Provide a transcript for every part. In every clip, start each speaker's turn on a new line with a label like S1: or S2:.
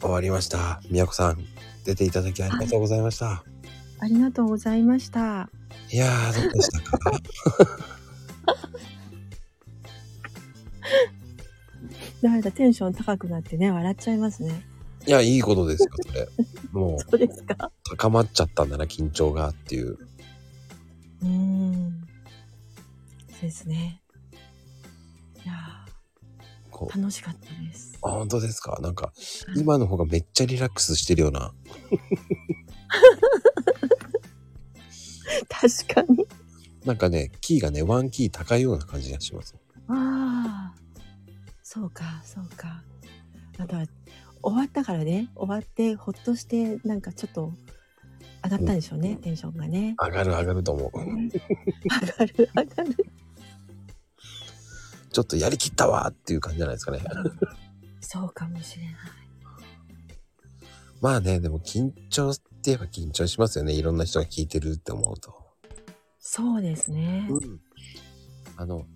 S1: 終わりました。みやこさん、出ていただきありがとうございました。
S2: ありがとうございました。
S1: いやー、どうでしたか
S2: なんかテンション高くなってね、笑っちゃいますね。
S1: いや、いいことですよ、それ。もう、
S2: そうですか。
S1: 高まっちゃったんだな、緊張がっていう。
S2: うーん。そうですね。いや
S1: こ
S2: ー
S1: う
S2: 楽しかったです。
S1: あ本当ですかなんか、今の方がめっちゃリラックスしてるような。
S2: 確かに。
S1: なんかね、キーがね、ワンキー高いような感じがします。
S2: ああ。そうか、そうか。あとは、終わったからね、終わって、ほっとして、なんかちょっと、上がったんでしょうね、テンションがね。
S1: 上がる上がると思う。
S2: 上がる、上がる。
S1: ちょっとやりきったわーっていう感じじゃないですかね。
S2: そうかもしれない。
S1: まあね、でも緊張って言えば緊張しますよね。いろんな人が聞いてるって思うと。
S2: そうですね。
S1: ん。あの、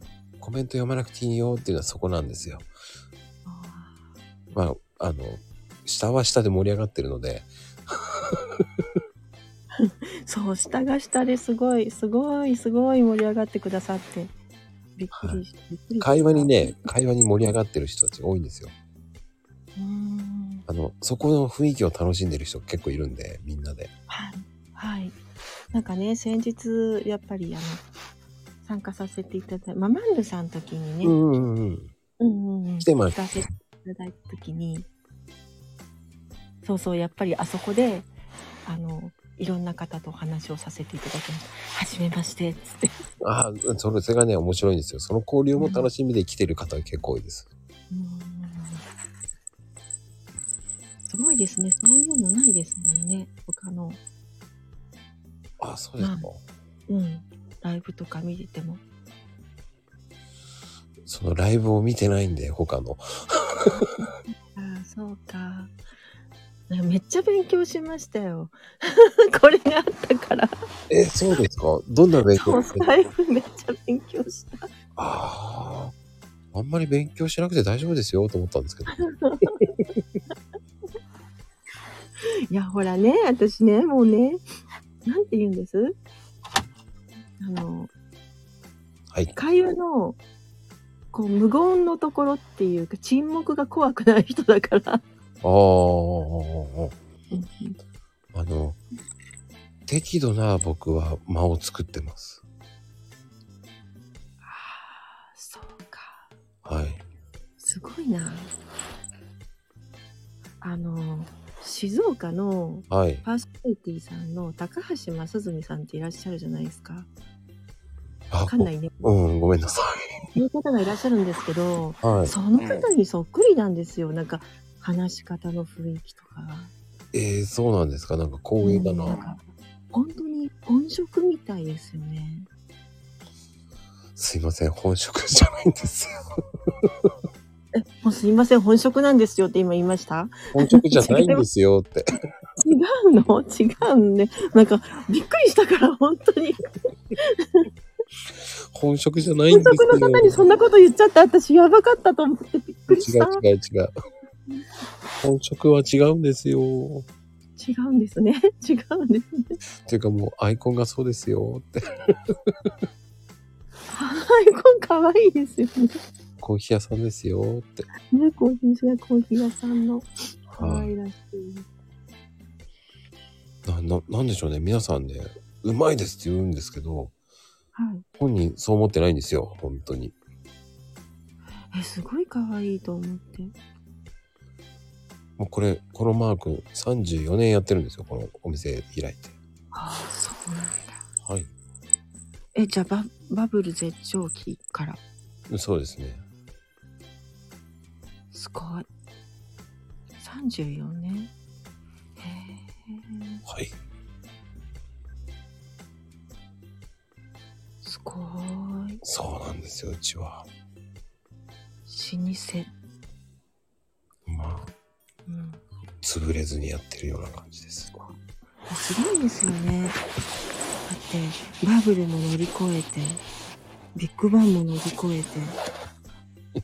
S1: コメント読まなくていいよっていうのはそこなんですよ。
S2: あ
S1: まあ、あの、下は下で盛り上がってるので、
S2: ーそう、下が下ですごい、すごい、すごい盛り上がってくださって。びっくりし、びっくりした
S1: 会話に。ね、会話に盛り上がってる人たちが多いんですよ。
S2: うーん。
S1: あの、そこの雰囲気を楽しんでる人結構いるんで、みんなで。
S2: はい。はい。なんかね、先日、やっぱり、あの、参加させていただいた、ママンヌさんの時にね、
S1: うんうんうん。
S2: うんうんうん
S1: 来てます
S2: 聞かせていただいた時にそうそうやっぱりあそこであのいろんな方とお話をさせていただきましたはじめましてっつって
S1: ああ、それ、それがね、面白いんですよ。その交流も楽しみで来てる方が結構多いです。
S2: すごいですねそういうのないですもんね他の、
S1: ああ、そうですか。
S2: うん、ライブとか見てても
S1: そのライブを見てないんで、他の。
S2: ああそうかめっちゃ勉強しましたよ これがあったから
S1: え、そうですかどんな勉
S2: そ
S1: 強
S2: うライブめっちゃ勉強した
S1: ああ、あんまり勉強しなくて大丈夫ですよと思ったんですけど。
S2: いや、ほらね、私ね、もうね、なんて言うんですあの、
S1: はい。
S2: 会話の、こう、無言のところっていうか、沈黙が怖くない人だから。
S1: あーあの、適度な僕は間を作ってます。
S2: ああ、そうか。
S1: はい。
S2: すごいな。あの、静岡の
S1: はい。
S2: パーソナリティさんの高橋正純さんっていらっしゃるじゃないですか。
S1: あ
S2: わかんないね。
S1: ごうん、ごめんなさ
S2: そういう方がいらっしゃるんですけど、
S1: い。はい。
S2: その方にそっくりなんですよ。なんか話し方の雰囲気とかが。
S1: えー、そうなんですかなんか光栄だ
S2: うん
S1: な。
S2: か本当に音色みたいですよね。
S1: すいません、本職じゃないんですよ。
S2: え、もうすいません、本職なんですよって今言いました
S1: 本職じゃないんですよって。
S2: 違うの違うんで、なんかびっくりしたから本当に。
S1: 本職じゃないんで
S2: 本
S1: す
S2: 職の方にそんなこと言っちゃって私やばかったと思ってびっくりし
S1: よ
S2: た。。
S1: 違う違う違う。本職は違うんですよ。
S2: 違うんですね。 違うんですね。
S1: っていうかもうアイコンがそうですよって。
S2: アイコン可愛いですよね。
S1: コーヒー屋さんですよって。
S2: ね、コーヒー屋、コーヒー屋さんの可
S1: はい
S2: 愛らしい。
S1: なななんでしょうね皆さんねうまいですって言うんですけど
S2: はい。
S1: 本人そう思ってないんですよ本当に
S2: えすごい可愛いと思って
S1: もうこれこのマーク34年やってるんですよこのお店開いて
S2: ああそうなんだ
S1: はい
S2: えじゃあババブル絶頂期から
S1: そうですね
S2: すごい34年へえ
S1: はい
S2: すごい
S1: そうなんですようちは
S2: 老舗
S1: まあ
S2: うん
S1: 潰れずにやってるような感じです
S2: すごいですよねだってバブルも乗り越えてビッグバンも乗り越えて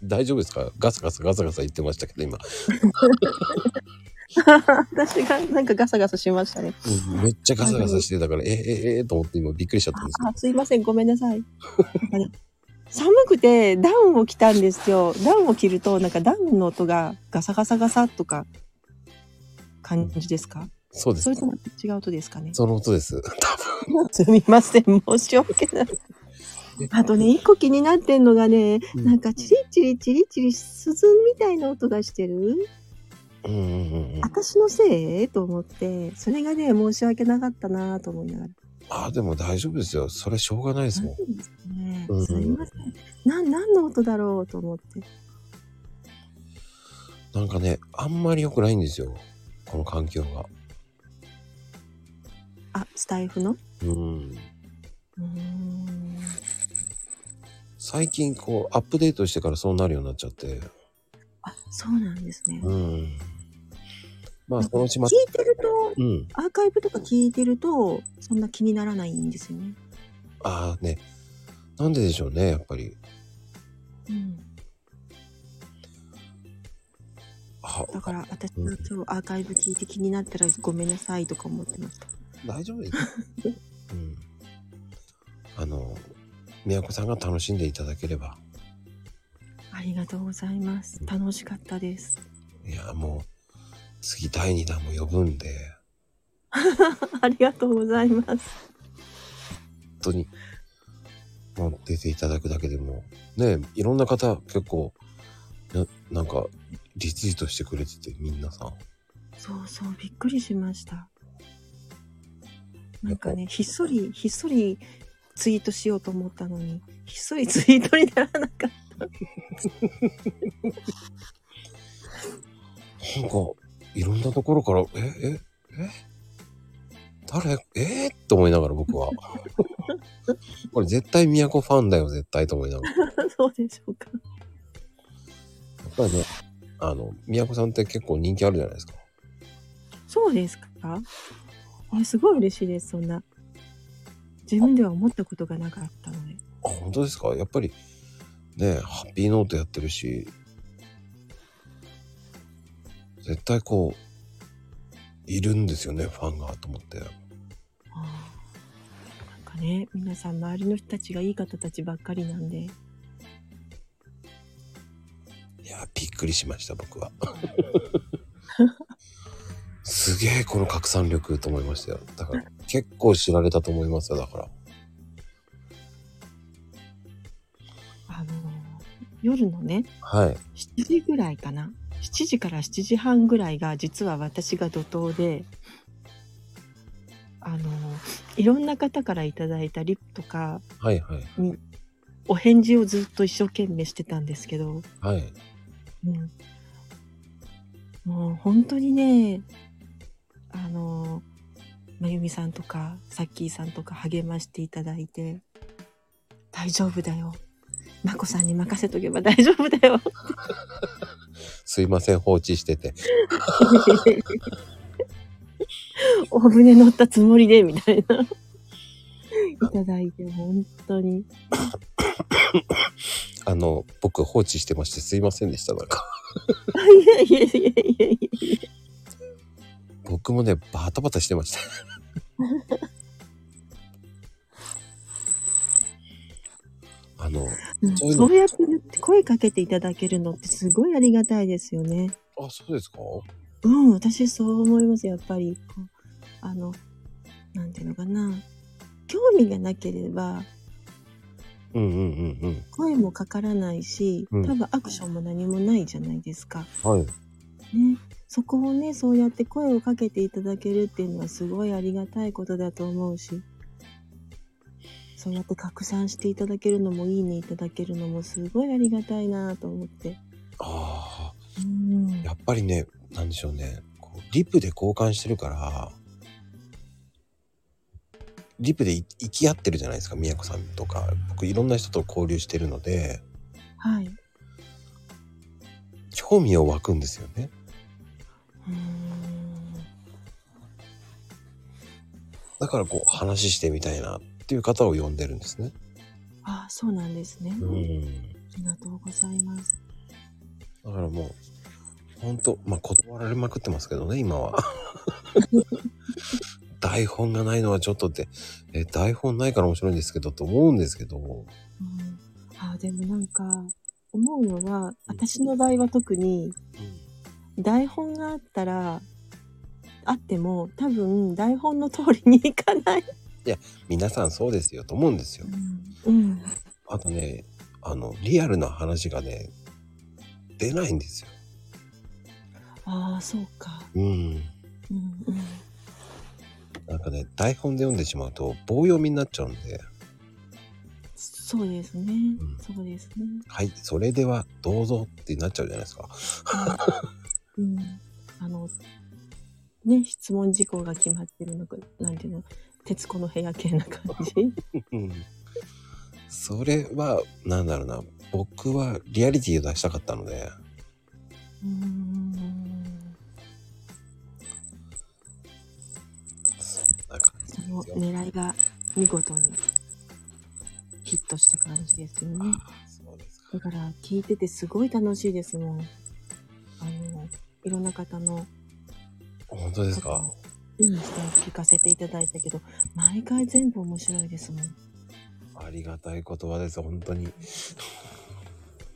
S1: 大丈夫ですかガサガサガサガサ言ってましたけど今
S2: 私がなんかガサガサしましたね。
S1: うんめっちゃガサガサしてたから、え、え、え、と思って今びっくりしちゃったんですけど
S2: あ、すいません、ごめんなさい。なんか寒くてダウンを着たんですよ。ダウンを着ると、なんかダウンの音がガサガサガサとか。感じですか。
S1: そうで
S2: そ
S1: す
S2: れ。とも違う音 ですかね。
S1: その音です。
S2: すみません、申し訳ない。あとね、一個気になってんのがね、
S1: うん
S2: なんかチリチリチリチリ鈴みたいな音がしてる。
S1: うんうんうんうん。
S2: 私のせいと思って、それがね、申し訳なかったなと思いながら。
S1: あ、でも大丈夫ですよ。それしょうがないですもん。
S2: なんですかね
S1: うん
S2: すみません。なん、何の音だろうと思って。
S1: なんかね、あんまり良くないんですよ。この環境が。
S2: あ、スタイフの。
S1: うん。
S2: うーん
S1: 最近こう、アップデートしてからそうなるようになっちゃって。
S2: あ、そうなんですね。
S1: うん。まあ、
S2: なんか
S1: そのうちま
S2: 聞
S1: た、
S2: いてると、
S1: うん。
S2: アーカイブとか聞いてると、そんな気にならないんですよね。
S1: ああね。なんででしょうね、やっぱり。
S2: うん。
S1: あ
S2: だから私は今日アーカイブ聞いて気になったらごめんなさいとか思ってました。
S1: 大丈夫 です。うん。あの、宮子さんが楽しんでいただければ。
S2: ありがとうございます。楽しかったです。
S1: いや、もう、次第2弾も呼ぶんで、
S2: ありがとうございま
S1: 本
S2: す。
S1: 当に、もう出ていただくだけでも、ね、いろんな方結構、ななんか、リツイートしてくれてて、みんなさん。
S2: そうそう、びっくりしました。なんかね、ひっそり、ひっそりツイートしようと思ったのに、ひっそりツイートにならなかっ
S1: なんか、いろんなところから、え、え、え誰えー、と思いながら僕は。 これ絶対宮古ファンだよ、絶対と思いながら。や
S2: た。そうでしょうか。
S1: っぱりね、あの、宮古さんって結構人気あるじゃないですか。
S2: そうですかえすごい嬉しいです、そんな。自分では思ったことがなかったので。
S1: あ、本当ですかやっぱり、ね、ハッピーノートやってるし、絶対こう、いるんですよね、ファンが、と思って。
S2: あーなんかね皆さん周りの人たちがいい方たちばっかりなんで
S1: いや、びっくりしました、僕は。すげえ、この拡散力と思いましたよ。だから、結構知られたと思いますよ、だから。
S2: あのー夜のね
S1: はい。
S2: 7時ぐらいかな7時から7時半ぐらいが実は私が怒涛であのーいろんな方からいただいたリップとか
S1: はい、はい。
S2: お返事をずっと一生懸命してたんですけど、
S1: はい。
S2: うん、もう本当にねあのーまゆみさんとかさっきーさんとか励ましていただいて「大丈夫だよ」「まこさんに任せとけば大丈夫だよ
S1: すいません、放置してて。」
S2: 「大船乗ったつもりで」みたいな。いただいて本当に
S1: あの、僕放置してまして、すいませんでした、なんか。
S2: あいえいえいえいえいえ
S1: 僕もね、バタバタしてました。あの、
S2: うん
S1: そういう
S2: そ
S1: の
S2: うやって言って声かけていただけるのってすごいありがたいですよね。
S1: あ、そうですか
S2: うん、私そう思います。やっぱり、こうあの、なんていうのかな。興味がなければ、
S1: うんうんうん
S2: 声もかからないし、
S1: う
S2: 多
S1: ん
S2: 分アクションも何もないじゃないですか。
S1: うん。はい。
S2: ね。そこをね、そうやって声をかけていただけるっていうのはすごいありがたいことだと思うし、そうやって拡散していただけるのも、いいねいただけるのもすごいありがたいなと思って。
S1: ああ。
S2: うん。
S1: やっぱりね、なんでしょうね。こうリプで交換してるから、リプでい行き合ってるじゃないですか、宮子さんとか。僕いろんな人と交流してるので、
S2: はい。
S1: 興味を湧くんですよね。
S2: うん。
S1: だからこう話してみたいなっていう方を呼んでるんですね。
S2: ああ、そうなんですね。
S1: うん。
S2: ありがとうございます。
S1: だからもう、本当まあ断られまくってますけどね今 は台本がないのはちょっとってえ台本ないから面白いんですけどと思うんですけど
S2: うん、あでもなんか思うのは私の場合は特に台本があったらあっても多分台本の通りにいかない、
S1: 皆さんそうですよと思うんですよ
S2: うん、
S1: あとねあのリアルな話がね出ないんですよ
S2: ああそうか、
S1: うん
S2: うんうん、
S1: なんかね台本で読んでしまうと棒読みになっちゃうんで
S2: そうですね、
S1: うん
S2: そうです ね、
S1: はいそれではどうぞってなっちゃうじゃないですか
S2: うん、あのね質問事項が決まってるのかなんていうの『徹子の部屋』系な感じ
S1: うんそれはなんだろうな僕はリアリティを出したかったので
S2: うん
S1: そんな感じ
S2: そ
S1: で
S2: の
S1: すよ
S2: 狙いが見事にヒットした感じですよね
S1: ああそうですか
S2: だから聞いててすごい楽しいですもんあのいろんな方の
S1: 本当ですか
S2: いい人を聞かせていただいたけど毎回全部面白いですもん
S1: ありがたい言葉です本当に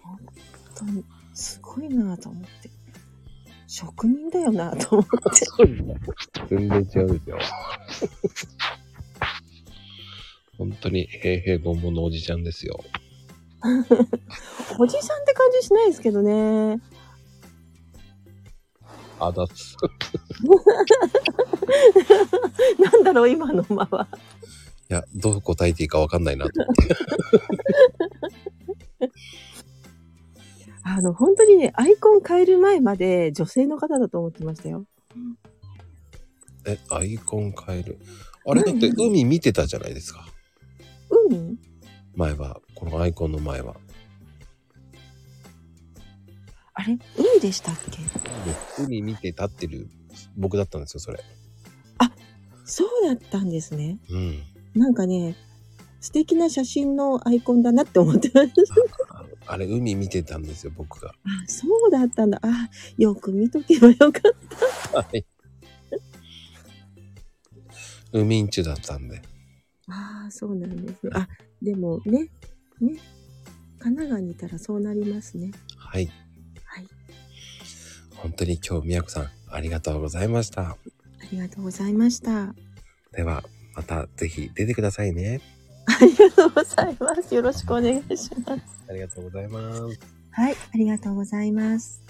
S2: 本当にすごいなぁと思って職人だよなぁと思っ て
S1: 全然違うですよ本当に平平凡凡のおじちゃんですよ
S2: おじさんって感じしないですけどね。
S1: あだつ
S2: なんだろう、今の間は。
S1: いや、どう答えていいかわかんないなと思って。
S2: あの、本当にね、アイコン変える前まで女性の方だと思ってましたよ。
S1: え、アイコン変える。あれだって
S2: うん
S1: 海見てたじゃないですか。
S2: 海
S1: 前は、このアイコンの前は。
S2: あれ海でしたっけ
S1: 海見て立ってる僕だったんですよ、それ。
S2: そうだったんですね。
S1: うん。
S2: なんかね、素敵な写真のアイコンだなって思ってました。
S1: ああれ、海見てたんですよ、僕が。
S2: あ、そうだったんだ。あ、よく見とけばよかった。
S1: はい。海んちだったんで。
S2: ああ、そうなんですね。あ、でもね、ね。神奈川にいたらそうなりますね。
S1: はい。
S2: はい。
S1: 本当に今日、みやこさん、ありがとうございました。
S2: ありがとうございました。
S1: では、またぜひ出てくださいね。
S2: ありがとうございます。よろしくお願いします。
S1: ありがとうございます。
S2: はい、ありがとうございます。